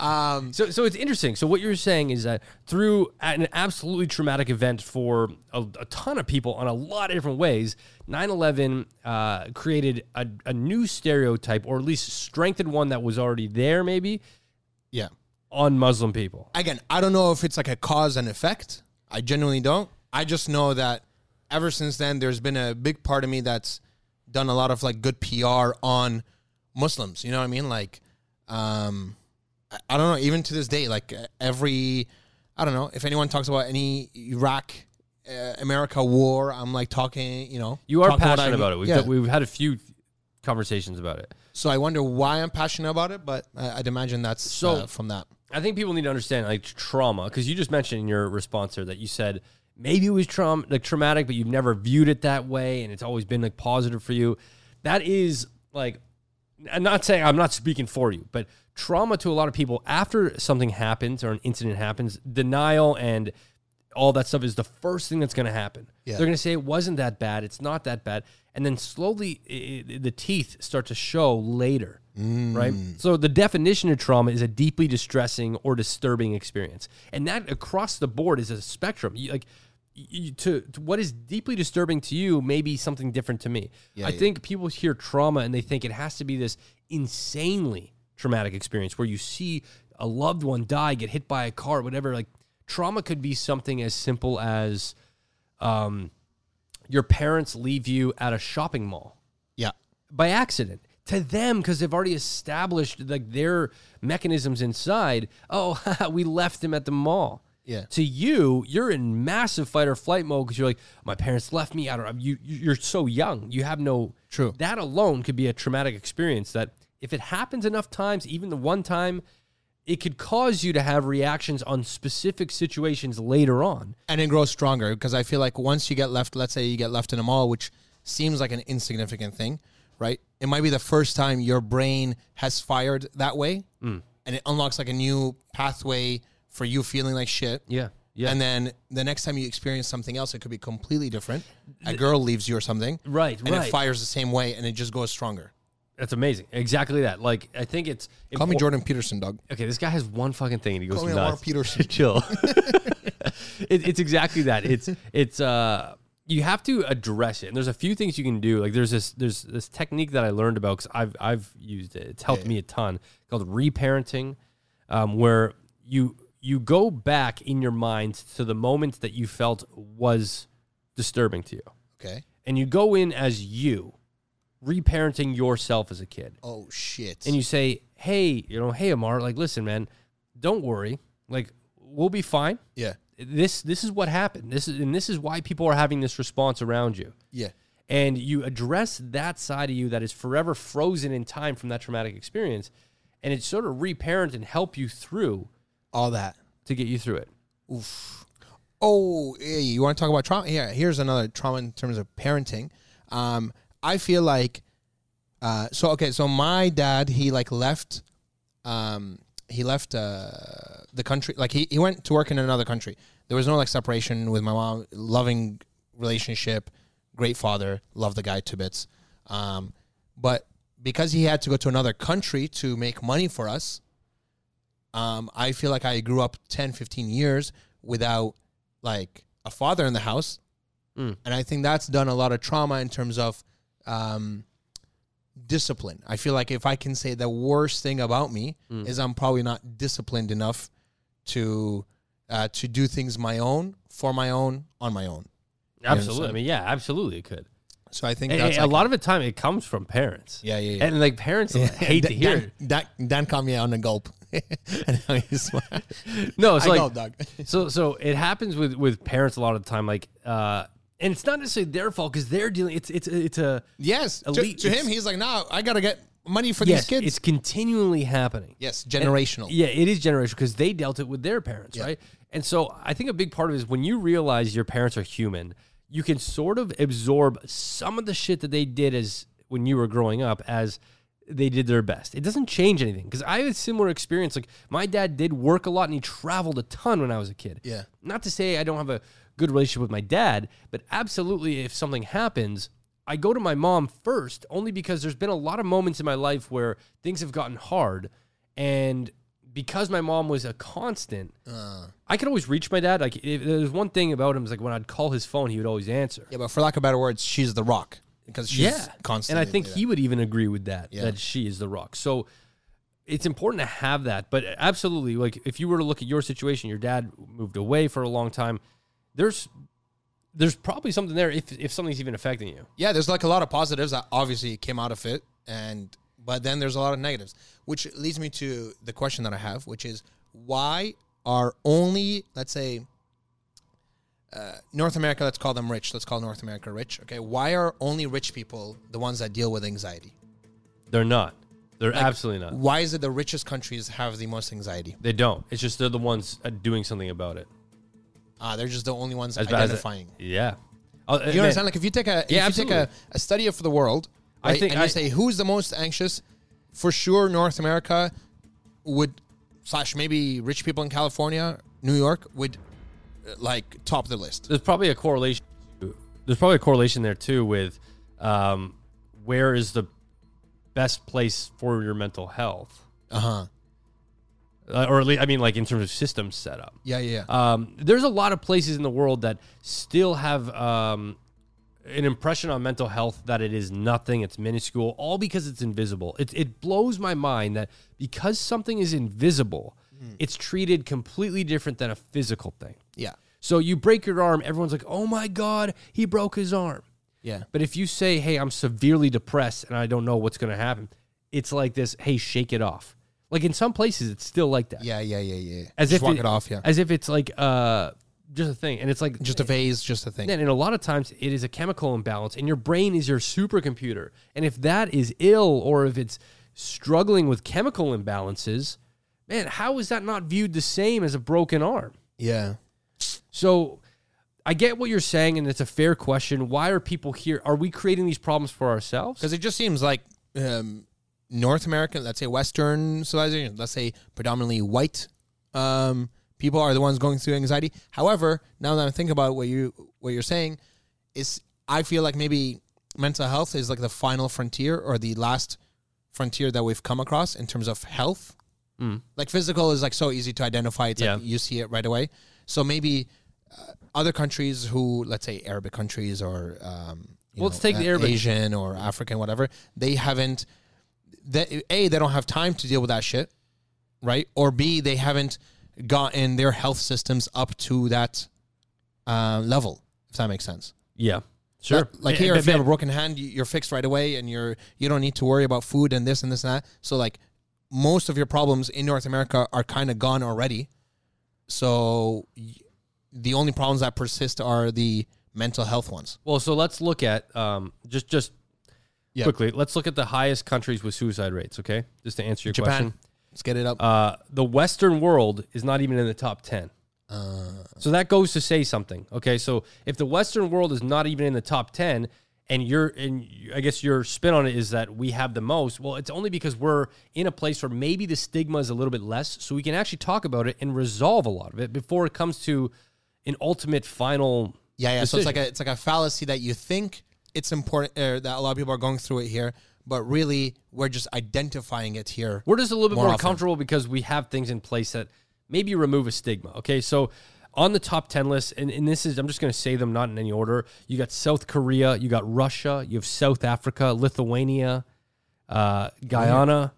Speaker 2: Um,
Speaker 1: So, so it's interesting. So, what you're saying is that through an absolutely traumatic event for a, a ton of people on a lot of different ways, 9 11 uh, created a, a new stereotype, or at least strengthened one that was already there, maybe,
Speaker 2: yeah.
Speaker 1: on Muslim people.
Speaker 2: Again, I don't know if it's like a cause and effect. I genuinely don't. I just know that ever since then, there's been a big part of me that's done a lot of like good PR on Muslims. You know what I mean? Like, um, I- I don't know. Even to this day, like uh, every, I don't know if anyone talks about any Iraq. Uh, America war. I'm like talking, you know.
Speaker 1: You are
Speaker 2: talking what I
Speaker 1: passionate
Speaker 2: mean.
Speaker 1: about it. We've,
Speaker 2: Yeah.
Speaker 1: we've had a few conversations about it.
Speaker 2: so I wonder why I'm passionate about it, but I, I'd imagine that's
Speaker 1: So-
Speaker 2: uh, from that.
Speaker 1: I think people need to understand like trauma because you just mentioned in your response there that you said maybe it was traum- like traumatic, but you've never viewed it that way, and it's always been like positive for you. That is like, I'm not saying I'm not speaking for you, but trauma to a lot of people after something happens or an incident happens, denial and all that stuff is the first thing that's going to happen.
Speaker 2: Yeah.
Speaker 1: They're going to say it wasn't that bad, it's not that bad, and then slowly i i the teeth start to show later. Right. So the definition of trauma is a deeply distressing or disturbing experience, and that across the board is a spectrum. You, like y- you, to, to what is deeply disturbing to you may be something different to me. I
Speaker 2: yeah.
Speaker 1: think people hear trauma and they think it has to be this insanely traumatic experience where you see a loved one die, get hit by a car, whatever. Like trauma could be something as simple as um, your parents leave you at a shopping mall
Speaker 2: Yeah.
Speaker 1: by accident to them because they've already established like their mechanisms inside. Oh, we left him at the mall.
Speaker 2: Yeah.
Speaker 1: To you, you're in massive fight or flight mode because you're like, my parents left me. I don't. You you- you're so young. You have no.
Speaker 2: True.
Speaker 1: That alone could be a traumatic experience. That if it happens enough times, even the one time, it could cause you to have reactions on specific situations later on.
Speaker 2: And it grows stronger because I feel like once you get left, let's say you get left in a mall, which seems like an insignificant thing, right? It might be the first time your brain has fired that way
Speaker 1: Mm.
Speaker 2: and it unlocks like a new pathway for you feeling like shit.
Speaker 1: Yeah. Yeah.
Speaker 2: And then the next time you experience something else, it could be completely different. A girl leaves you or something.
Speaker 1: Right,
Speaker 2: And
Speaker 1: right.
Speaker 2: it fires the same way and it just goes stronger.
Speaker 1: That's amazing. Exactly that. Like I think it's
Speaker 2: Call me
Speaker 1: important-
Speaker 2: Jordan Peterson, dog.
Speaker 1: Okay, this guy has one fucking thing and he goes
Speaker 2: Call me Lamar
Speaker 1: nuts.
Speaker 2: Peterson.
Speaker 1: Chill. it, it's exactly that. It's it's uh you have to address it. And there's a few things you can do. Like there's this there's this technique that I learned about because I've I've used it. It's helped me a ton. Called reparenting, um, where you you go back in your mind to the moment that you felt was disturbing to you,
Speaker 2: Okay.
Speaker 1: and you go in as you, reparenting yourself as a kid
Speaker 2: Oh, shit.
Speaker 1: and you say, "Hey, you know, hey Amar, like listen, man, don't worry. Like we'll be fine.
Speaker 2: yeah.
Speaker 1: This this is what happened. This is and this is why people are having this response around you.
Speaker 2: Yeah.
Speaker 1: And you address that side of you that is forever frozen in time from that traumatic experience, and it sort of reparent and help you through
Speaker 2: All that.
Speaker 1: to get you through it.
Speaker 2: Oh, hey, you want to talk about trauma? Yeah, here's another trauma in terms of parenting. Um, I feel like, uh, so okay, so my dad he like left, um, he left uh, the country. Like he, he went to work in another country. There was no like separation with my mom. Loving relationship, great father, love the guy to bits. Um, but because he had to go to another country to make money for us, um, I feel like I grew up 10, 15 years without like a father in the house.
Speaker 1: Mm.
Speaker 2: And I think that's done a lot of trauma in terms of um, discipline. I feel like if I can say the worst thing about me
Speaker 1: Mm.
Speaker 2: is I'm probably not disciplined enough to uh, to do things my own, for my own, on my own.
Speaker 1: Absolutely. I mean, yeah, absolutely it could.
Speaker 2: So I think
Speaker 1: And-
Speaker 2: that's
Speaker 1: and a lot of the time it comes from parents.
Speaker 2: Yeah, yeah, yeah.
Speaker 1: And like parents hate to hear
Speaker 2: Dan, Dan, Dan caught me on a gulp. and now he's
Speaker 1: it. No, it's
Speaker 2: I
Speaker 1: like
Speaker 2: gulped, dog.
Speaker 1: so so it happens with with parents a lot of the time like uh and it's not necessarily their fault because they're dealing it's it's it's a
Speaker 2: Yes, to,
Speaker 1: Elite-
Speaker 2: to him,
Speaker 1: it's-
Speaker 2: he's like, "No, I gotta get money for
Speaker 1: yes
Speaker 2: these kids."
Speaker 1: it's continually happening
Speaker 2: yes, generational.
Speaker 1: yeah it is generational because they dealt it with their parents right and so i think a big part of it is when you realize your parents are human you can sort of absorb some of the shit that they did as when you were growing up as they did their best it doesn't change anything because i had a similar experience like my dad did work a lot and he traveled a ton when i was a kid
Speaker 2: Yeah.
Speaker 1: not to say I don't have a good relationship with my dad, but absolutely, if something happens, I go to my mom first, only because there's been a lot of moments in my life where things have gotten hard. And because my mom was a constant, I could always reach my dad. Like, if there's one thing about him, is like when I'd call his phone, he would always answer.
Speaker 2: yeah, but for lack of better words, she's the rock because she's constantly.
Speaker 1: And I think
Speaker 2: there.
Speaker 1: he would even agree with that,
Speaker 2: Yeah.
Speaker 1: that she is the rock. So it's important to have that. But absolutely, like if you were to look at your situation, your dad moved away for a long time. There's there's probably something there if if something's even affecting you.
Speaker 2: yeah, there's like a lot of positives that obviously came out of it, and but then there's a lot of negatives, which leads me to the question that I have, which is why are only let's say uh, North America, let's call them rich, let's call North America rich. Okay, why are only rich people the ones that deal with anxiety?
Speaker 1: They're not. They're absolutely not.
Speaker 2: Why is it the richest countries have the most anxiety?
Speaker 1: They don't. It's just they're the ones uh, doing something about it.
Speaker 2: Ah, they're just the only ones
Speaker 1: As bad as it-
Speaker 2: identifying.
Speaker 1: yeah. Oh,
Speaker 2: you understand? Like if you take a
Speaker 1: Yeah,
Speaker 2: if you take a,
Speaker 1: absolutely.
Speaker 2: a study of the world,
Speaker 1: I
Speaker 2: right,
Speaker 1: think
Speaker 2: and you
Speaker 1: I-
Speaker 2: say who's the most anxious, for sure North America would slash maybe rich people in California, New York would uh, like top the list.
Speaker 1: there's probably a correlation. There's probably a correlation there too with um, where is the best place for your mental health,
Speaker 2: Uh huh.
Speaker 1: uh, or at least I mean, like in terms of systems set up.
Speaker 2: Yeah, yeah. yeah.
Speaker 1: Um, there's a lot of places in the world that still have um, an impression on mental health that it is nothing, it's minuscule, all because it's invisible. It, it blows my mind that because something is invisible, it's treated completely different than a physical thing.
Speaker 2: yeah.
Speaker 1: So you break your arm, everyone's like, oh my God, he broke his arm.
Speaker 2: Yeah.
Speaker 1: But if you say, hey, I'm severely depressed and I don't know what's going to happen, it's like this, hey, shake it off. Like in some places, it's still like that
Speaker 2: Yeah, yeah, yeah, yeah.
Speaker 1: as
Speaker 2: just
Speaker 1: if
Speaker 2: walk it, off, yeah.
Speaker 1: as if it's like uh just a thing, and it's like
Speaker 2: just a phase, just a thing.
Speaker 1: and a lot of times it is a chemical imbalance, and your brain is your supercomputer, and if that is ill or if it's struggling with chemical imbalances, man, how is that not viewed the same as a broken arm?
Speaker 2: Yeah.
Speaker 1: So. I get what you're saying, and it's a fair question. Why are people here? Are we creating these problems for ourselves?
Speaker 2: Because it just seems like um, North American, let's say Western civilization, let's say predominantly white um, people are the ones going through anxiety. However, now that I'm thinking about what you what you're saying, is I feel like maybe mental health is like the final frontier or the last frontier that we've come across in terms of health. Like physical is like so easy to identify. It's like
Speaker 1: Yeah.
Speaker 2: you see it right away. So maybe uh, other countries who, let's say Arabic countries or um, you
Speaker 1: Well, let's take the Arabic-
Speaker 2: Asian or African, whatever, they haven't. They, a, they don't have time to deal with that shit, right? Or B, they haven't gotten their health systems up to that uh, level. If that makes sense.
Speaker 1: Yeah, sure.
Speaker 2: Like, like
Speaker 1: Eh,
Speaker 2: here,
Speaker 1: eh,
Speaker 2: if you have
Speaker 1: eh,
Speaker 2: a broken hand, you- you're fixed right away, and you're you don't need to worry about food and this and this and that. So like most of your problems in North America are kind of gone already. So y- the only problems that persist are the mental health ones.
Speaker 1: Well, so let's look at um, just just
Speaker 2: Yeah.
Speaker 1: quickly. Let's look at the highest countries with suicide rates. Okay, just to answer your question,
Speaker 2: Let's get it up.
Speaker 1: uh, the Western world is not even in the top ten.
Speaker 2: Uh.
Speaker 1: so that goes to say something. Okay, so if the Western world is not even in the top ten, and you're and you- I guess your spin on it is that we have the most. Well, it's only because we're in a place where maybe the stigma is a little bit less, so we can actually talk about it and resolve a lot of it before it comes to an ultimate final.
Speaker 2: Yeah, yeah.
Speaker 1: decision.
Speaker 2: So it's like a it's like a fallacy that you think it's important uh, that a lot of people are going through it here, but really we're just identifying it here.
Speaker 1: We're just a little bit more,
Speaker 2: More often.
Speaker 1: comfortable because we have things in place that maybe remove a stigma. Okay, so on the top 10 list, and, and this is, I'm just going to say them not in any order. You got South Korea, you got Russia, you have South Africa, Lithuania, uh, Guyana.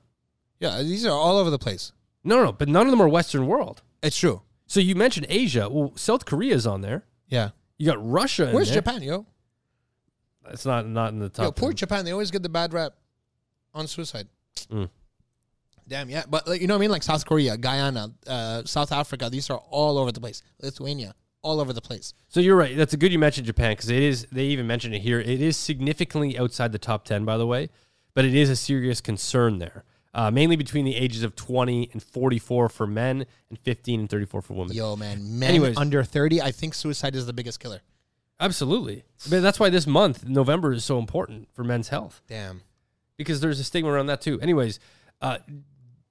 Speaker 2: Mm-hmm. Yeah, these are all over the place.
Speaker 1: No, no, but none of them are Western world.
Speaker 2: It's true.
Speaker 1: So you mentioned Asia. Well, South Korea is on there.
Speaker 2: Yeah.
Speaker 1: You got Russia. In
Speaker 2: Where's
Speaker 1: there.
Speaker 2: Japan, yo?
Speaker 1: It's not not in the top.
Speaker 2: Yo, poor
Speaker 1: 10.
Speaker 2: Japan. They always get the bad rap on suicide. Mm. Damn, yeah. But like, you know what I mean? Like South Korea, Guyana, uh, South Africa. These are all over the place. Lithuania, all over the place.
Speaker 1: So you're right. That's a good you mentioned Japan because it is. They even mentioned it here. It is significantly outside the top ten, by the way, but it is a serious concern there, uh, mainly between the ages of 20 and 44 for men and 15 and 34 for women.
Speaker 2: Yo, man. Men
Speaker 1: Anyways.
Speaker 2: under 30, I think suicide is the biggest killer.
Speaker 1: Absolutely. But that's why this month, November, is so important for men's health
Speaker 2: Damn.
Speaker 1: because there's a stigma around that too. Anyways, uh,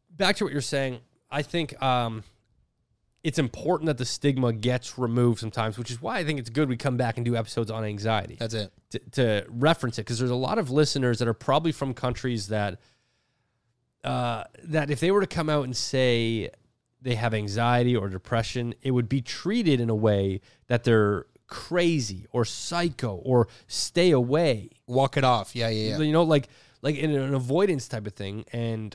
Speaker 1: back to what you're saying. I think um, it's important that the stigma gets removed sometimes, which is why I think it's good we come back and do episodes on anxiety.
Speaker 2: That's it.
Speaker 1: to, to reference it because there's a lot of listeners that are probably from countries that uh, that if they were to come out and say they have anxiety or depression, it would be treated in a way that they're crazy or psycho or stay away.
Speaker 2: Walk it off. Yeah, yeah, yeah.
Speaker 1: You know, like like in an avoidance type of thing, and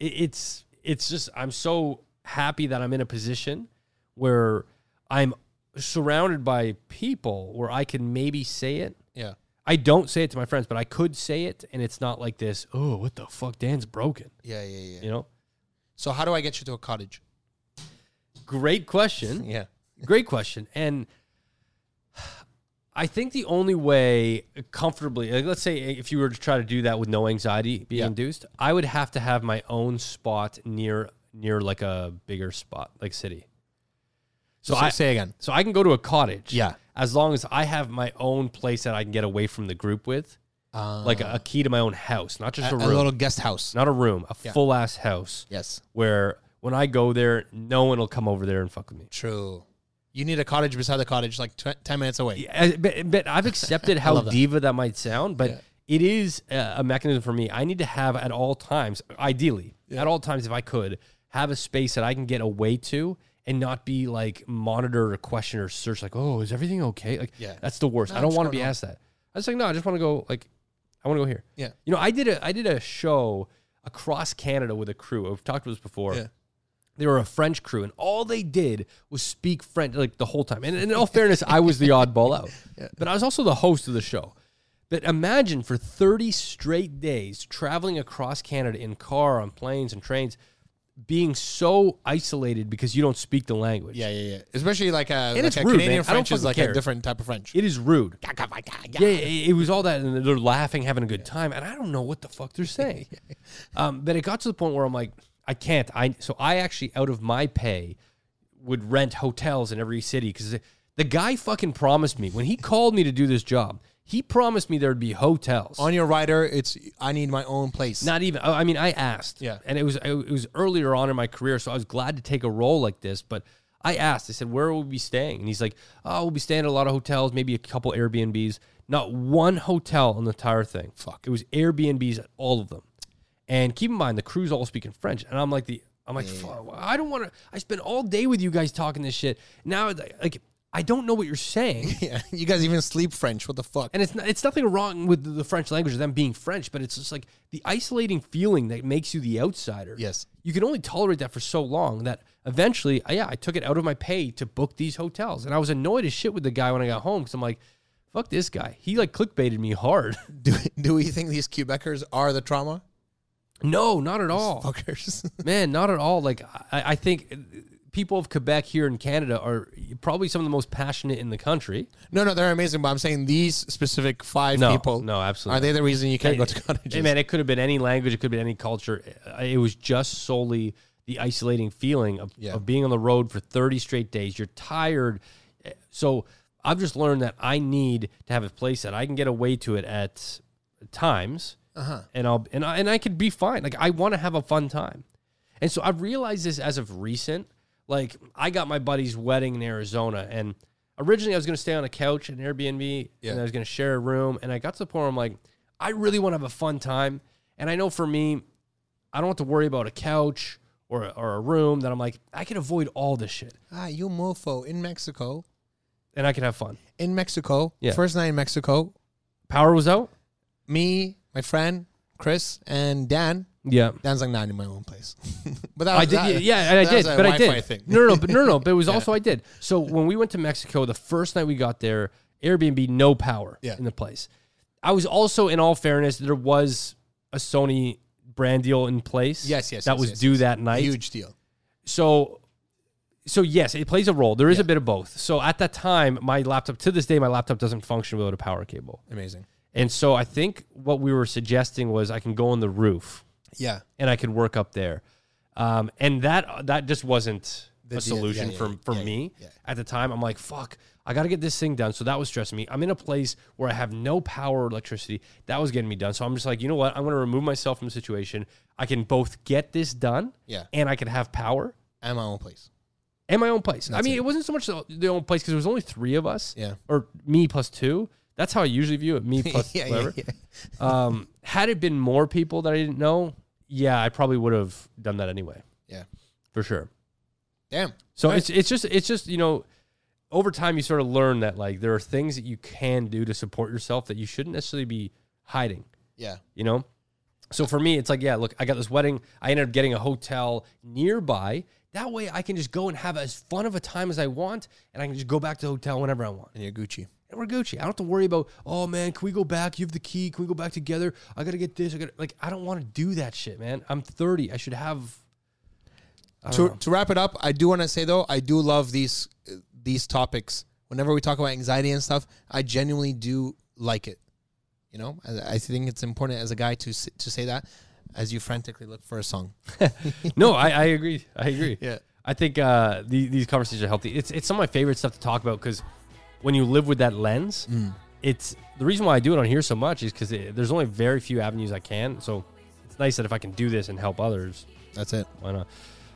Speaker 1: it, it's it's just I'm so happy that I'm in a position where I'm surrounded by people where I can maybe say it
Speaker 2: yeah.
Speaker 1: I don't say it to my friends, but I could say it, and it's not like this. Oh, what the fuck? Dan's broken.
Speaker 2: Yeah, yeah, yeah.
Speaker 1: You know.
Speaker 2: So how do I get you to a cottage?
Speaker 1: Great question.
Speaker 2: Yeah.
Speaker 1: Great question. And I think the only way comfortably, like let's say if you were to try to do that with no anxiety being
Speaker 2: Yeah.
Speaker 1: induced, I would have to have my own spot near near like a bigger spot, like city. So
Speaker 2: Say- say again.
Speaker 1: So I can go to a cottage.
Speaker 2: Yeah.
Speaker 1: As long as I have my own place that I can get away from the group with,
Speaker 2: Uh,
Speaker 1: like a, a key to my own house, not just
Speaker 2: a,
Speaker 1: a,
Speaker 2: a
Speaker 1: room,
Speaker 2: little guest house.
Speaker 1: not a room, a full ass house.
Speaker 2: Yes.
Speaker 1: Where when I go there, no one will come over there and fuck with me.
Speaker 2: True. You need a cottage beside the cottage, like tw- 10 minutes away.
Speaker 1: I- but, but I've accepted how diva that might sound, but it is a, a mechanism for me. I need to have at all times, ideally, at all times, if I could, have a space that I can get away to and not be like monitored or questioned or searched. Like, oh, is everything okay? Like,
Speaker 2: Yeah.
Speaker 1: that's the worst. I don't want to be asked that. I was like, no, I just want to go. Like, I want to go here.
Speaker 2: Yeah.
Speaker 1: You know, I did a I did a show across Canada with a crew. I've talked about this before
Speaker 2: Yeah.
Speaker 1: they were a French crew, and all they did was speak French like the whole time. And, and in all fairness, I was the oddball out, but I was also the host of the show. But imagine for 30 straight days traveling across Canada in car, on planes, and trains, being so isolated because you don't speak the language.
Speaker 2: Yeah, yeah, yeah. Especially like a, like
Speaker 1: it's
Speaker 2: a
Speaker 1: rude, man. I
Speaker 2: Canadian
Speaker 1: don't
Speaker 2: French is
Speaker 1: fucking
Speaker 2: like
Speaker 1: care.
Speaker 2: a different type of French.
Speaker 1: It is rude.
Speaker 2: Yeah.
Speaker 1: Yeah, it, it was all that, and they're laughing, having a good time, and I don't know what the fuck they're saying. um, but it got to the point where I'm like, I can't. I so I actually out of my pay would rent hotels in every city because the guy fucking promised me when he called me to do this job, he promised me there'd be hotels.
Speaker 2: On your rider, it's I need my own place.
Speaker 1: Not even. oh, I I mean, I asked.
Speaker 2: Yeah.
Speaker 1: And it was it was earlier on in my career, so I was glad to take a role like this. But I asked. I said, "Where will we be staying?" And he's like, "Oh, we'll be staying at a lot of hotels, maybe a couple Airbnbs. Not one hotel on the entire thing.
Speaker 2: Fuck.
Speaker 1: It was Airbnbs at all of them. And keep in mind, the crew's all speaking French, and I'm like the I'm like, "Fuck, I don't want to. I spent all day with you guys talking this shit. Now, like, I don't know what you're saying.
Speaker 2: Yeah. You guys even sleep French. What the fuck?
Speaker 1: And it's not, it's nothing wrong with the- the French language, them being French, but it's just like the isolating feeling that makes you the outsider.
Speaker 2: Yes.
Speaker 1: you can only tolerate that for so long that eventually, I- yeah, I took it out of my pay to book these hotels, and I was annoyed as shit with the guy when I got home because I'm like, fuck this guy, he like clickbaited me hard.
Speaker 2: do, do we think these Quebecers are the trauma?
Speaker 1: no, not at all,
Speaker 2: Fuckers.
Speaker 1: man, not at all. Like I, I think people of Quebec here in Canada are probably some of the most passionate in the country.
Speaker 2: no, no, they're amazing, but I'm saying these specific five
Speaker 1: No,
Speaker 2: people.
Speaker 1: no, absolutely
Speaker 2: Are they the reason you can't go to cottages?
Speaker 1: Hey man, it could have been any language, it could have been any culture. Uh, It was just solely the isolating feeling of,
Speaker 2: Yeah.
Speaker 1: of being on the road for 30 straight days. You're tired. Uh, So I've just learned that I need to have a place that I can get away to it at times.
Speaker 2: Uh-huh.
Speaker 1: And I'll and I and I could be fine. Like I want to have a fun time. And so I've realized this as of recent. Like I got my buddy's wedding in Arizona, and originally I was going to stay on a couch at an Airbnb, and I was going to share a room. And I got to the point where I'm like, I really want to have a fun time, and I know for me, I don't have to worry about a couch or or a room. That I'm like, I can avoid all this shit,
Speaker 2: ah, you mofo in Mexico.
Speaker 1: and I can have fun.
Speaker 2: In Mexico.
Speaker 1: Yeah.
Speaker 2: First night in Mexico.
Speaker 1: Power was out.
Speaker 2: Me, my friend, Chris, and Dan.
Speaker 1: Yeah.
Speaker 2: Dan's like, nah, in my own place. but that
Speaker 1: I did,
Speaker 2: that-
Speaker 1: yeah, and I
Speaker 2: that
Speaker 1: did,
Speaker 2: was a
Speaker 1: but I
Speaker 2: Wi-Fi
Speaker 1: did.
Speaker 2: Thing.
Speaker 1: No, no, no, but no, no, but it was also I did. So when we went to Mexico, the first night we got there, Airbnb no power
Speaker 2: Yeah.
Speaker 1: in the place. I was also, in all fairness, there was a Sony brand deal in place.
Speaker 2: Yes, yes,
Speaker 1: that
Speaker 2: yes,
Speaker 1: was
Speaker 2: yes,
Speaker 1: due that night.
Speaker 2: Huge deal.
Speaker 1: So, so yes, it plays a role. There is a bit of both. So at that time, my laptop to this day, my laptop doesn't function without a power cable.
Speaker 2: Amazing.
Speaker 1: And so I think what we were suggesting was I can go on the roof
Speaker 2: Yeah.
Speaker 1: and I could work up there. Um, and that that just wasn't a
Speaker 2: deal.
Speaker 1: solution
Speaker 2: Yeah, yeah,
Speaker 1: for
Speaker 2: yeah,
Speaker 1: for
Speaker 2: yeah,
Speaker 1: me
Speaker 2: yeah, yeah.
Speaker 1: at the time. I'm like, fuck, I got to get this thing done. So that was stressing me. I'm in a place where I have no power or electricity. That was getting me done. So I'm just like, you know what? I'm going to remove myself from the situation. I can both get this done,
Speaker 2: Yeah.
Speaker 1: and I can have power
Speaker 2: And my own place.
Speaker 1: and my own place. I mean,
Speaker 2: it.
Speaker 1: it. wasn't so much the, the own place because there was only three of us,
Speaker 2: Yeah.
Speaker 1: or me plus two. That's how I usually view it. Me E plus
Speaker 2: yeah, yeah,
Speaker 1: whatever.
Speaker 2: yeah.
Speaker 1: Um, had it been more people that I didn't know, yeah, I probably would have done that anyway
Speaker 2: Yeah.
Speaker 1: for sure.
Speaker 2: Damn.
Speaker 1: So it's it's just it's just you know, over time you sort of learn that like there are things that you can do to support yourself that you shouldn't necessarily be hiding.
Speaker 2: Yeah.
Speaker 1: You know, so for me it's like yeah, look, I got this wedding. I ended up getting a hotel nearby. That way I can just go and have as fun of a time as I want, and I can just go back to the hotel whenever I want.
Speaker 2: And you're Gucci.
Speaker 1: And we're Gucci. I don't have to worry about oh man, can we go back? You have the key. Can we go back together? I gotta get this. I gotta like I don't want to do that shit, man. I'm 30. I should have
Speaker 2: to, to wrap it up, I do want to say though, I do love these uh, these topics. Whenever we talk about anxiety and stuff, I genuinely do like it. You know, I, I think it's important as a guy to s- to say that as you frantically look for a song.
Speaker 1: no, I, I agree. I agree.
Speaker 2: Yeah.
Speaker 1: I think uh, the, these conversations are healthy. It's it's some of my favorite stuff to talk about because when you live with that lens,
Speaker 2: Mm.
Speaker 1: it's the reason why I do it on here so much is because there's only very few avenues I can. So it's nice that if I can do this and help others,
Speaker 2: That's it.
Speaker 1: why not?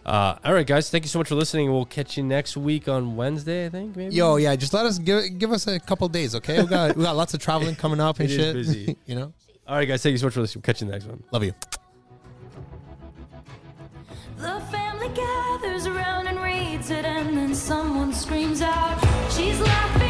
Speaker 1: Uh, all right, guys, thank you so much for listening. We'll catch you next week on Wednesday, I think. Maybe.
Speaker 2: Yo, yeah, just let us give give us a couple days, okay? We got we got lots of traveling coming up
Speaker 1: It
Speaker 2: and
Speaker 1: is
Speaker 2: shit.
Speaker 1: busy.
Speaker 2: you know,
Speaker 1: All right, guys, thank you so much for listening. Catch you in the next one.
Speaker 2: love you.
Speaker 3: The family gathers around and reads it, and then someone screams out, She's laughing.